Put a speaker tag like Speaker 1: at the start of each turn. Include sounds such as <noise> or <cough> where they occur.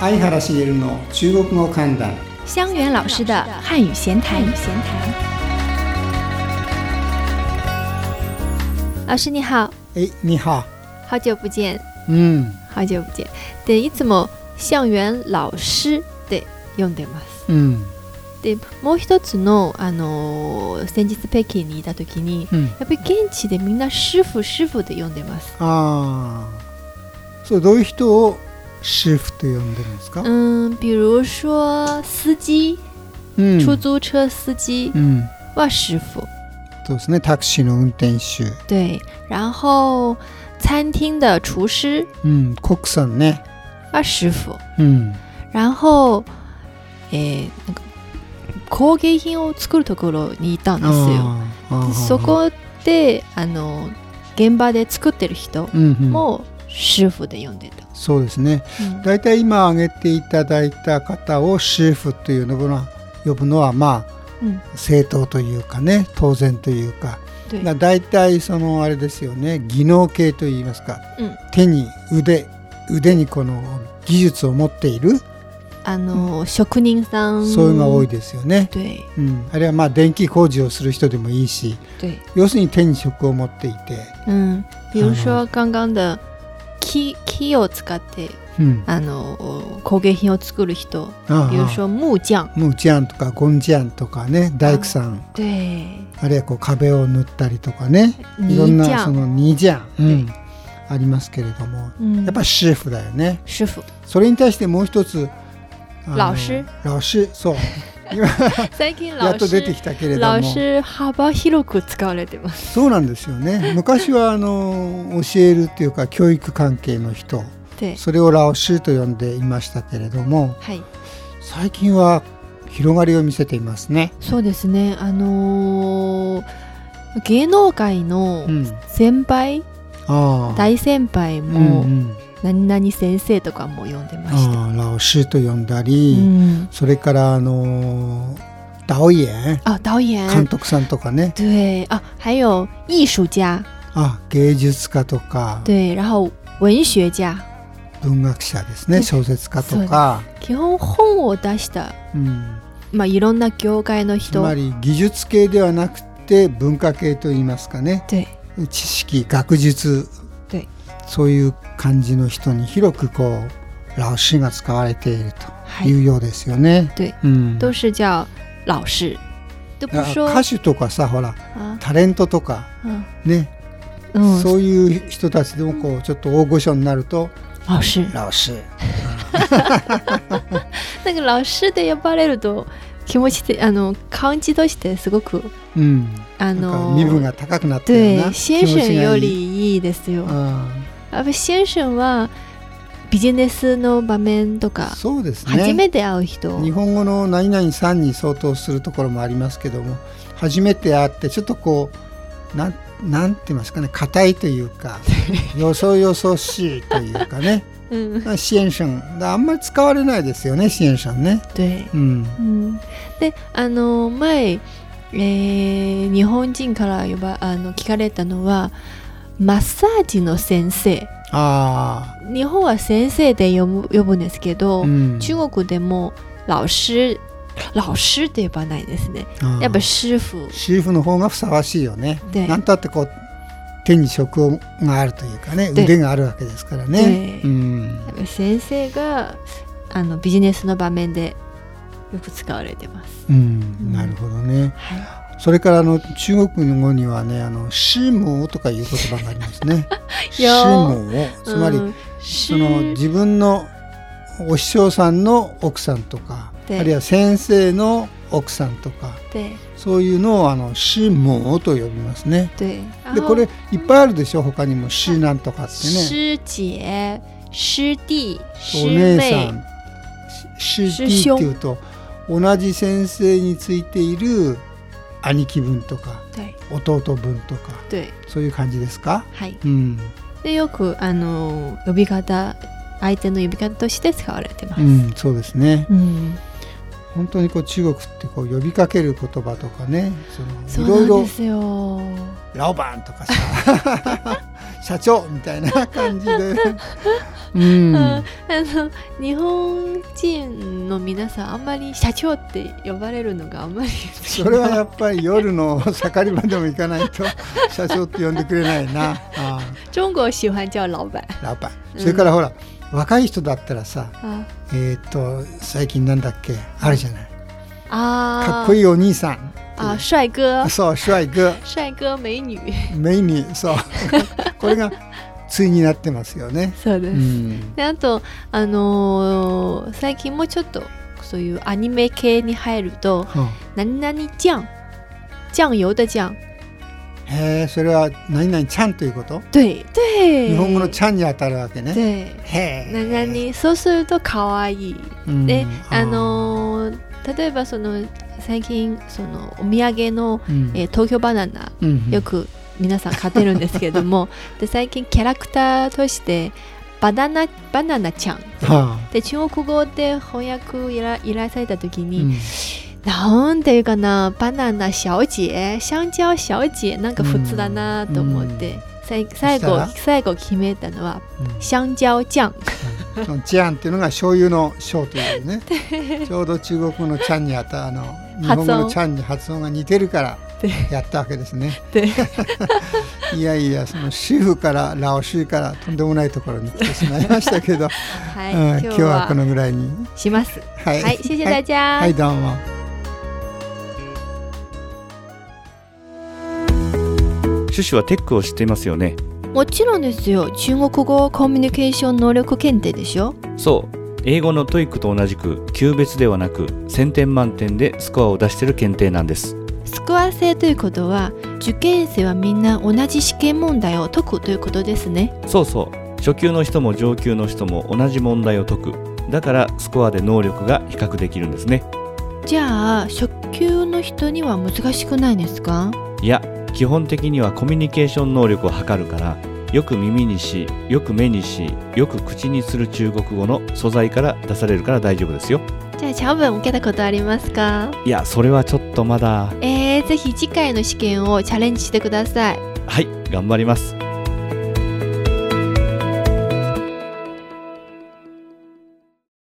Speaker 1: 相原茂の中国語観覧
Speaker 2: 香元老师的汉语闲谈。老师你好，
Speaker 1: えいには
Speaker 2: 好久不见，
Speaker 1: うん
Speaker 2: 好久不见。でいつも香元老師で読んでます。
Speaker 1: うん
Speaker 2: でもう一つのあのー先日北京にいた時に。
Speaker 1: うん
Speaker 2: やっぱり現地でみんな師傅師傅で読んでます。
Speaker 1: ああそうどういう人をシェフと呼んでるんですか、
Speaker 2: 嗯，比如说司机，
Speaker 1: うん
Speaker 2: 出租车司机
Speaker 1: うん
Speaker 2: は师傅，
Speaker 1: そうですねタクシーの運転手、
Speaker 2: 对，然后餐厅的厨师
Speaker 1: うん、コックさんね、
Speaker 2: は师傅，
Speaker 1: うん、
Speaker 2: 然后，えーなんか工芸品を作るところにいたんですよ。
Speaker 1: あー
Speaker 2: そ、こであの現場で作ってる人
Speaker 1: うんうん、
Speaker 2: も師傅で呼んでた。
Speaker 1: そうですね
Speaker 2: うん
Speaker 1: 大体今挙げていただいた方をシェフというのは呼ぶのはまあ
Speaker 2: うん
Speaker 1: 正当というかね当然というか
Speaker 2: 对
Speaker 1: だ大体そのあれですよね技能系といいますか、
Speaker 2: うん
Speaker 1: 手に腕腕にこの技術を持っている
Speaker 2: あの職人さん。
Speaker 1: そういうのが多い。ですよね、
Speaker 2: 对
Speaker 1: うん、あるいはまあ電気工事をする人でもいいし
Speaker 2: 对。
Speaker 1: 要するに手に職を持っていて、
Speaker 2: 嗯，比如说刚刚的 key key を使って
Speaker 1: うん、
Speaker 2: あの工芸品を作る人，
Speaker 1: ああ
Speaker 2: 比如说木匠，
Speaker 1: ムージャンとかゴンジャンとかね大工さん
Speaker 2: 对，
Speaker 1: あるいはこう壁を塗ったりとかねいろんな
Speaker 2: 泥
Speaker 1: そ
Speaker 2: 匠，
Speaker 1: の2ジャン、う、
Speaker 2: うん
Speaker 1: ありますけれども
Speaker 2: 嗯
Speaker 1: やっぱりシェフだよね
Speaker 2: 师傅。
Speaker 1: それに対してもう一つあの
Speaker 2: 老師
Speaker 1: 老師そう
Speaker 2: 最近
Speaker 1: や
Speaker 2: 老
Speaker 1: っと出て
Speaker 2: 師
Speaker 1: きたけれど
Speaker 2: 老
Speaker 1: も
Speaker 2: 師幅広く使われてます。
Speaker 1: そうなんですよ
Speaker 2: <laughs>
Speaker 1: ね昔はあの教えるっていうか教育関係の人
Speaker 2: 对，
Speaker 1: それを老師と呼んでいましたけれども
Speaker 2: はい。
Speaker 1: 最近は広がりを見せていますね。
Speaker 2: そうですね。あのー芸能界の
Speaker 1: うん、
Speaker 2: 先輩、
Speaker 1: ああ
Speaker 2: 大先輩
Speaker 1: うんう
Speaker 2: も
Speaker 1: ん、
Speaker 2: 何々先生とかも呼んでました。
Speaker 1: ああ老師と呼んだ
Speaker 2: う
Speaker 1: り、
Speaker 2: ん。
Speaker 1: それからあのダオイエン
Speaker 2: あ、导演。
Speaker 1: 監督さんとかね
Speaker 2: 对啊，还有艺术家，
Speaker 1: あ芸術家とか
Speaker 2: 对，然后文学家。
Speaker 1: 文学者ですね
Speaker 2: ね
Speaker 1: 小説家とか、
Speaker 2: 基本本を出した、
Speaker 1: うん、
Speaker 2: まあ、いろんな業界の
Speaker 1: つ
Speaker 2: 人。
Speaker 1: まり技術系ではなくて文化系といいますかね
Speaker 2: 对
Speaker 1: 知識学術
Speaker 2: 对
Speaker 1: そういう感じの人に広くこう老師が使われている
Speaker 2: は
Speaker 1: とい
Speaker 2: い。
Speaker 1: うようですよね。
Speaker 2: 对
Speaker 1: うん、
Speaker 2: 都是叫老师。都不
Speaker 1: だから
Speaker 2: 说
Speaker 1: 歌手とかさほら
Speaker 2: 啊，
Speaker 1: タレントとか
Speaker 2: 嗯
Speaker 1: ね、
Speaker 2: 嗯，
Speaker 1: そういう人たちでもこうちょっと大御所になると
Speaker 2: 老师。
Speaker 1: 老師
Speaker 2: 那个老師で呼ばれると気持ちであの感じとしてすごく
Speaker 1: うん、な
Speaker 2: あ
Speaker 1: んか
Speaker 2: の
Speaker 1: 身分が高くなってるよう
Speaker 2: 对
Speaker 1: な
Speaker 2: 先生よ
Speaker 1: いい
Speaker 2: りいいですよ。
Speaker 1: あ
Speaker 2: やっぱ先生はビジネスの場面と
Speaker 1: あ
Speaker 2: か
Speaker 1: そうです
Speaker 2: 初
Speaker 1: ね
Speaker 2: めて会う人。
Speaker 1: 日本語の「何々さん」に相当するところもありますけども初めて会ってちょっとこうなんなんて言いますかね硬いという
Speaker 2: <laughs>
Speaker 1: かよそよそしいというかね
Speaker 2: うん。
Speaker 1: 支援者あんまり使われないですよね支援者ね。
Speaker 2: 对。
Speaker 1: うん
Speaker 2: うんであの前、えー日本人から呼ばあの聞かれたのはマッサージの先生
Speaker 1: あ
Speaker 2: 日本は先生で呼ぶ呼ぶんですけ
Speaker 1: あ、
Speaker 2: ど、
Speaker 1: うん
Speaker 2: 中国でも老師老師って呼ばないですねやっ
Speaker 1: あ
Speaker 2: ぱ
Speaker 1: あ
Speaker 2: 師傅
Speaker 1: シーフの方がふさわしいよね。
Speaker 2: で
Speaker 1: なんたってこう手に職があるというかね
Speaker 2: で
Speaker 1: 腕があるわけですからね。
Speaker 2: で
Speaker 1: うん
Speaker 2: 先生があのビジネスの場面でよく使われてます。
Speaker 1: うん、なるほどね。
Speaker 2: は
Speaker 1: それからあの中国語にはねあの「シモー」とかいう言葉があります
Speaker 2: <laughs>
Speaker 1: ね。シ
Speaker 2: いや
Speaker 1: モ
Speaker 2: ー
Speaker 1: ー
Speaker 2: い、
Speaker 1: つまり、
Speaker 2: うん
Speaker 1: その
Speaker 2: 師
Speaker 1: 自分のお師匠さんの奥さんとか
Speaker 2: で
Speaker 1: あるいは先生の奥さんとか
Speaker 2: って
Speaker 1: そういうのをあの「シモー」と呼びますね。
Speaker 2: で
Speaker 1: でこれいっぱいあるでしょ他にも「シなんとかってね。
Speaker 2: 师姐、师弟、
Speaker 1: お
Speaker 2: 师
Speaker 1: 姉さ
Speaker 2: 妹
Speaker 1: ん、シシュティっていうと同じ先生についている兄貴分とか
Speaker 2: 对
Speaker 1: 弟分とか
Speaker 2: 对
Speaker 1: そういう感じですか
Speaker 2: はい
Speaker 1: うん、
Speaker 2: でよくあの呼び方相手の呼び方として使われてま
Speaker 1: う
Speaker 2: す、
Speaker 1: ん、そうですね
Speaker 2: うん
Speaker 1: 本当にこう中国ってこう呼びかける言葉とかねその
Speaker 2: そ
Speaker 1: いろいう
Speaker 2: なん
Speaker 1: ろ
Speaker 2: ですよ
Speaker 1: 「ラオバン」とかさ <laughs> 社長みたいな感
Speaker 2: <laughs>
Speaker 1: じでうん
Speaker 2: あの日本人の皆さんあんまり社長って呼ばれるのがあんまり <laughs>
Speaker 1: それはやっぱり夜の盛り場でも行かないと社長って呼んでくれないなあ
Speaker 2: 中国喜欢叫老板
Speaker 1: あラパン
Speaker 2: うん
Speaker 1: それからほら、若い人だったらさ
Speaker 2: あ
Speaker 1: えっ、と最近なんだっけあるじゃない
Speaker 2: あ
Speaker 1: かっこいいお兄さん
Speaker 2: あ帅哥
Speaker 1: そう帅哥
Speaker 2: 帅哥美女 <laughs>
Speaker 1: メイにそうこれが対になってますよね
Speaker 2: そうで
Speaker 1: う
Speaker 2: す、
Speaker 1: ん
Speaker 2: であとあのー最近もうちょっとそういうアニメ系に入ると
Speaker 1: うん
Speaker 2: 何々酱酱油的酱
Speaker 1: へえそれは何々ちゃんということ
Speaker 2: 对对
Speaker 1: 日本語のちゃんに当たるわけね
Speaker 2: 对
Speaker 1: へえ
Speaker 2: 何々そうすると可愛い
Speaker 1: うん
Speaker 2: で、あのー例えばその最近そのお土産の、
Speaker 1: うん
Speaker 2: えー東京バナナ
Speaker 1: うん
Speaker 2: よく皆さん買ってるんですけ
Speaker 1: <laughs>
Speaker 2: どもで最近キャラクターとしてバナナバナナちゃん
Speaker 1: はあ
Speaker 2: で中国語で翻訳依頼依頼された時
Speaker 1: う
Speaker 2: に、
Speaker 1: ん
Speaker 2: なんていうかなバナナ小姐香蕉小姐なんか普通だなと思って、さい最
Speaker 1: そした
Speaker 2: 後
Speaker 1: ら
Speaker 2: 最後決めたのは
Speaker 1: うん
Speaker 2: 香蕉酱
Speaker 1: そのチャンっていうのが醤油の醤という
Speaker 2: <laughs>
Speaker 1: ねちょうど中国語のチャンにあたあの日本語のチャンに発音が似てるからやったわけですね
Speaker 2: で
Speaker 1: <laughs> いやいやその主婦からラオシーからとんでもないところに来てしまいましたけど、
Speaker 2: は
Speaker 1: うん
Speaker 2: い、
Speaker 1: 今
Speaker 2: 今
Speaker 1: 日
Speaker 2: 日
Speaker 1: はこ
Speaker 2: は
Speaker 1: のぐらいに
Speaker 2: します。
Speaker 1: は
Speaker 2: はい、谢谢大家。
Speaker 1: はい、どうも。
Speaker 3: シュシュはテックを知っていますよね
Speaker 2: もちろんですよ。中国語コミュニケーション能力検定でしょ。
Speaker 3: そう英語のトイックと同じく級別ではなく1000点満点でスコアを出してる検定なんです
Speaker 2: スコア制ということは、受験生はみんな同じ試験問題を解くということですね。
Speaker 3: そうそう初級の人も上級の人も同じ問題を解くだからスコアで能力が比較できるんですね
Speaker 2: じゃあ、初級の人には難しくないですか
Speaker 3: いや基本的にはコミュニケーション能力を測るからよく耳にしよく目にしよく口にする中国語の素材から出されるから大丈夫ですよ
Speaker 2: じゃあ、チャオ文受けたことありますか
Speaker 3: いやそれはちょっとまだ
Speaker 2: えー、ぜひ次回の試験をチャレンジしてください。
Speaker 3: はい頑張ります